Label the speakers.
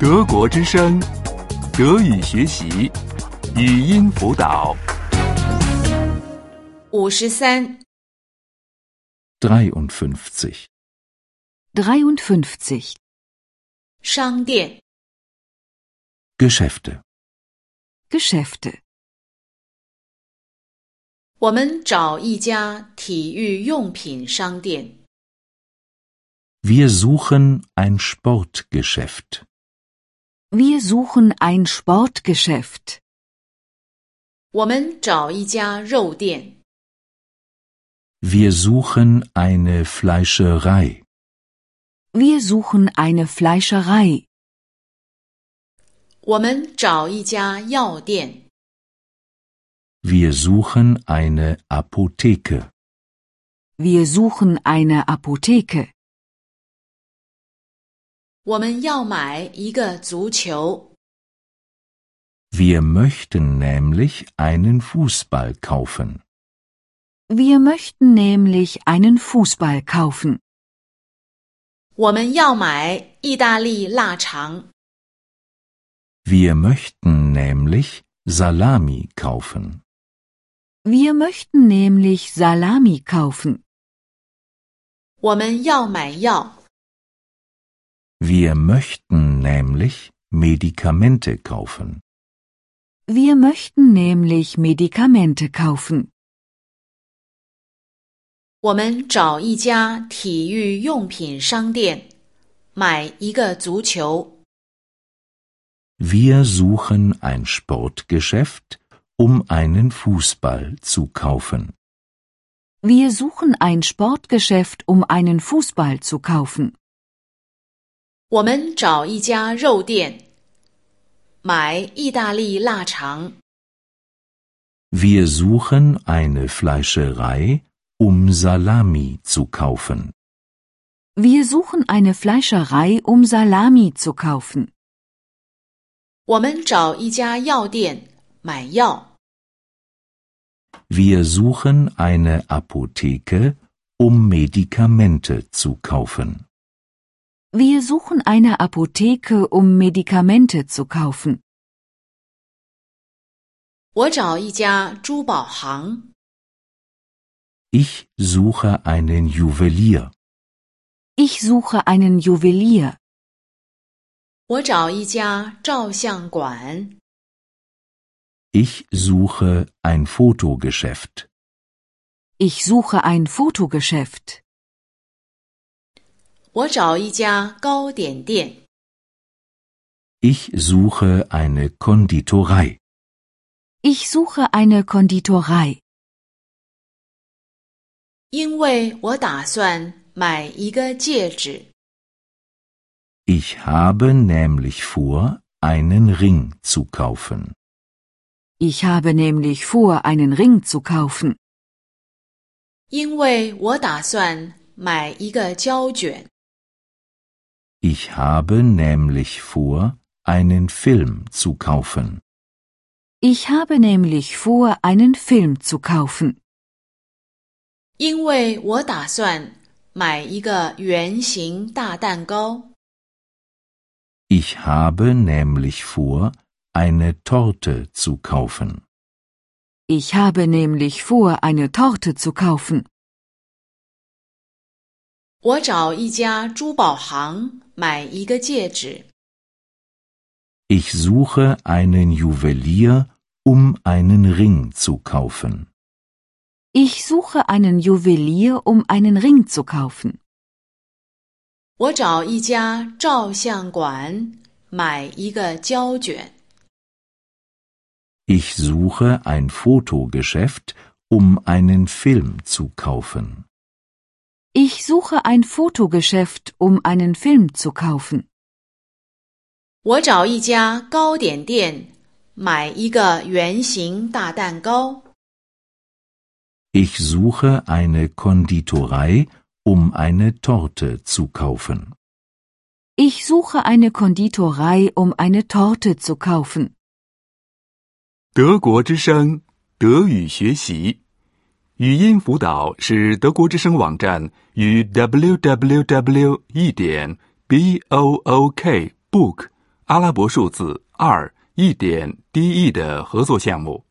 Speaker 1: 德国之声，德语学习，语音辅导。
Speaker 2: 五十三，
Speaker 3: 53.
Speaker 4: 53.
Speaker 2: 商店、
Speaker 3: Geschäfte.
Speaker 4: Geschäfte.
Speaker 2: 我们找一家体育用品商店。
Speaker 3: Wir suchen ein Sportgeschäft.
Speaker 4: Wir suchen ein Sportgeschäft.
Speaker 2: 我们找一家肉店。
Speaker 3: Wir suchen eine Fleischerei.
Speaker 4: Wir suchen eine Fleischerei.
Speaker 2: 我们找一家药店。
Speaker 3: Wir suchen eine Apotheke.
Speaker 4: Wir suchen eine Apotheke.
Speaker 2: 我们要买一个足球。
Speaker 3: Wir möchten nämlich einen Fußball kaufen.
Speaker 4: Wir möchten nämlich einen Fußball kaufen.
Speaker 2: 我们要买意大利腊肠。
Speaker 3: Wir möchten nämlich Salami kaufen.
Speaker 4: Wir möchten nämlich Salami kaufen.
Speaker 2: 我们要买药。
Speaker 3: Wir möchten nämlich Medikamente kaufen.
Speaker 4: Wir möchten nämlich Medikamente kaufen.
Speaker 2: 我们找一家体育用品商店，买一个足球。
Speaker 3: Wir suchen ein Sportgeschäft, um einen Fußball zu kaufen.
Speaker 4: Wir suchen ein Sportgeschäft, um einen Fußball zu kaufen.
Speaker 2: 我们找一家肉店，买意大利腊肠。
Speaker 3: Wir suchen eine Fleischerei, um Salami zu kaufen.
Speaker 4: Wir suchen eine Fleischerei, um Salami zu kaufen.
Speaker 2: 我们找一家药店买药。
Speaker 3: Wir suchen eine Apotheke, um Medikamente zu kaufen.
Speaker 4: Wir suchen eine Apotheke, um Medikamente zu kaufen.
Speaker 2: 我找一家珠宝行。
Speaker 3: Ich suche einen Juwelier.
Speaker 4: Ich suche einen Juwelier.
Speaker 2: 我找一家照相馆。
Speaker 3: Ich suche ein Fotogeschäft.
Speaker 4: Ich suche ein Fotogeschäft.
Speaker 2: 我找一家糕点店。
Speaker 3: Ich suche eine Konditorei.
Speaker 4: Ich suche eine Konditorei,
Speaker 2: 因为我打算买一个戒指。
Speaker 3: Ich habe nämlich vor, einen Ring zu kaufen.
Speaker 4: ich habe nämlich vor, einen Ring zu kaufen,
Speaker 2: 因为我打算买一个胶卷。
Speaker 3: Ich habe nämlich vor, einen Film zu kaufen.
Speaker 4: ich habe nämlich vor, einen Film zu kaufen,
Speaker 2: 因为我打算买一个圆形大蛋糕。
Speaker 3: Ich habe nämlich vor, eine Torte zu kaufen.
Speaker 4: ich habe nämlich vor, eine Torte zu kaufen,
Speaker 2: 我找一家珠宝行买一个戒指。
Speaker 3: Ich suche einen Juwelier, um einen Ring zu kaufen.
Speaker 4: ich suche einen Juwelier, um einen Ring zu kaufen,
Speaker 2: 我找一家照相馆买一个胶卷。
Speaker 3: Ich suche ein Fotogeschäft, um einen Film zu kaufen.
Speaker 4: ich suche ein Fotogeschäft, um einen Film zu kaufen,
Speaker 2: 我找一家糕点店买一个圆形大蛋糕。
Speaker 3: Ich suche eine Konditorei, um eine Torte zu kaufen.
Speaker 4: ich suche eine Konditorei, um eine Torte zu kaufen.
Speaker 1: 德国之声，德语学习，语音辅导是德国之声网站与 www. 一点 b o o k book 阿拉伯数字二一点 DE E 的合作项目。